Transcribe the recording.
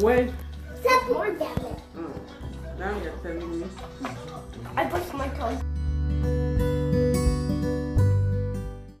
Wait. Except more damage. Oh, now you're sending me. I broke my toe.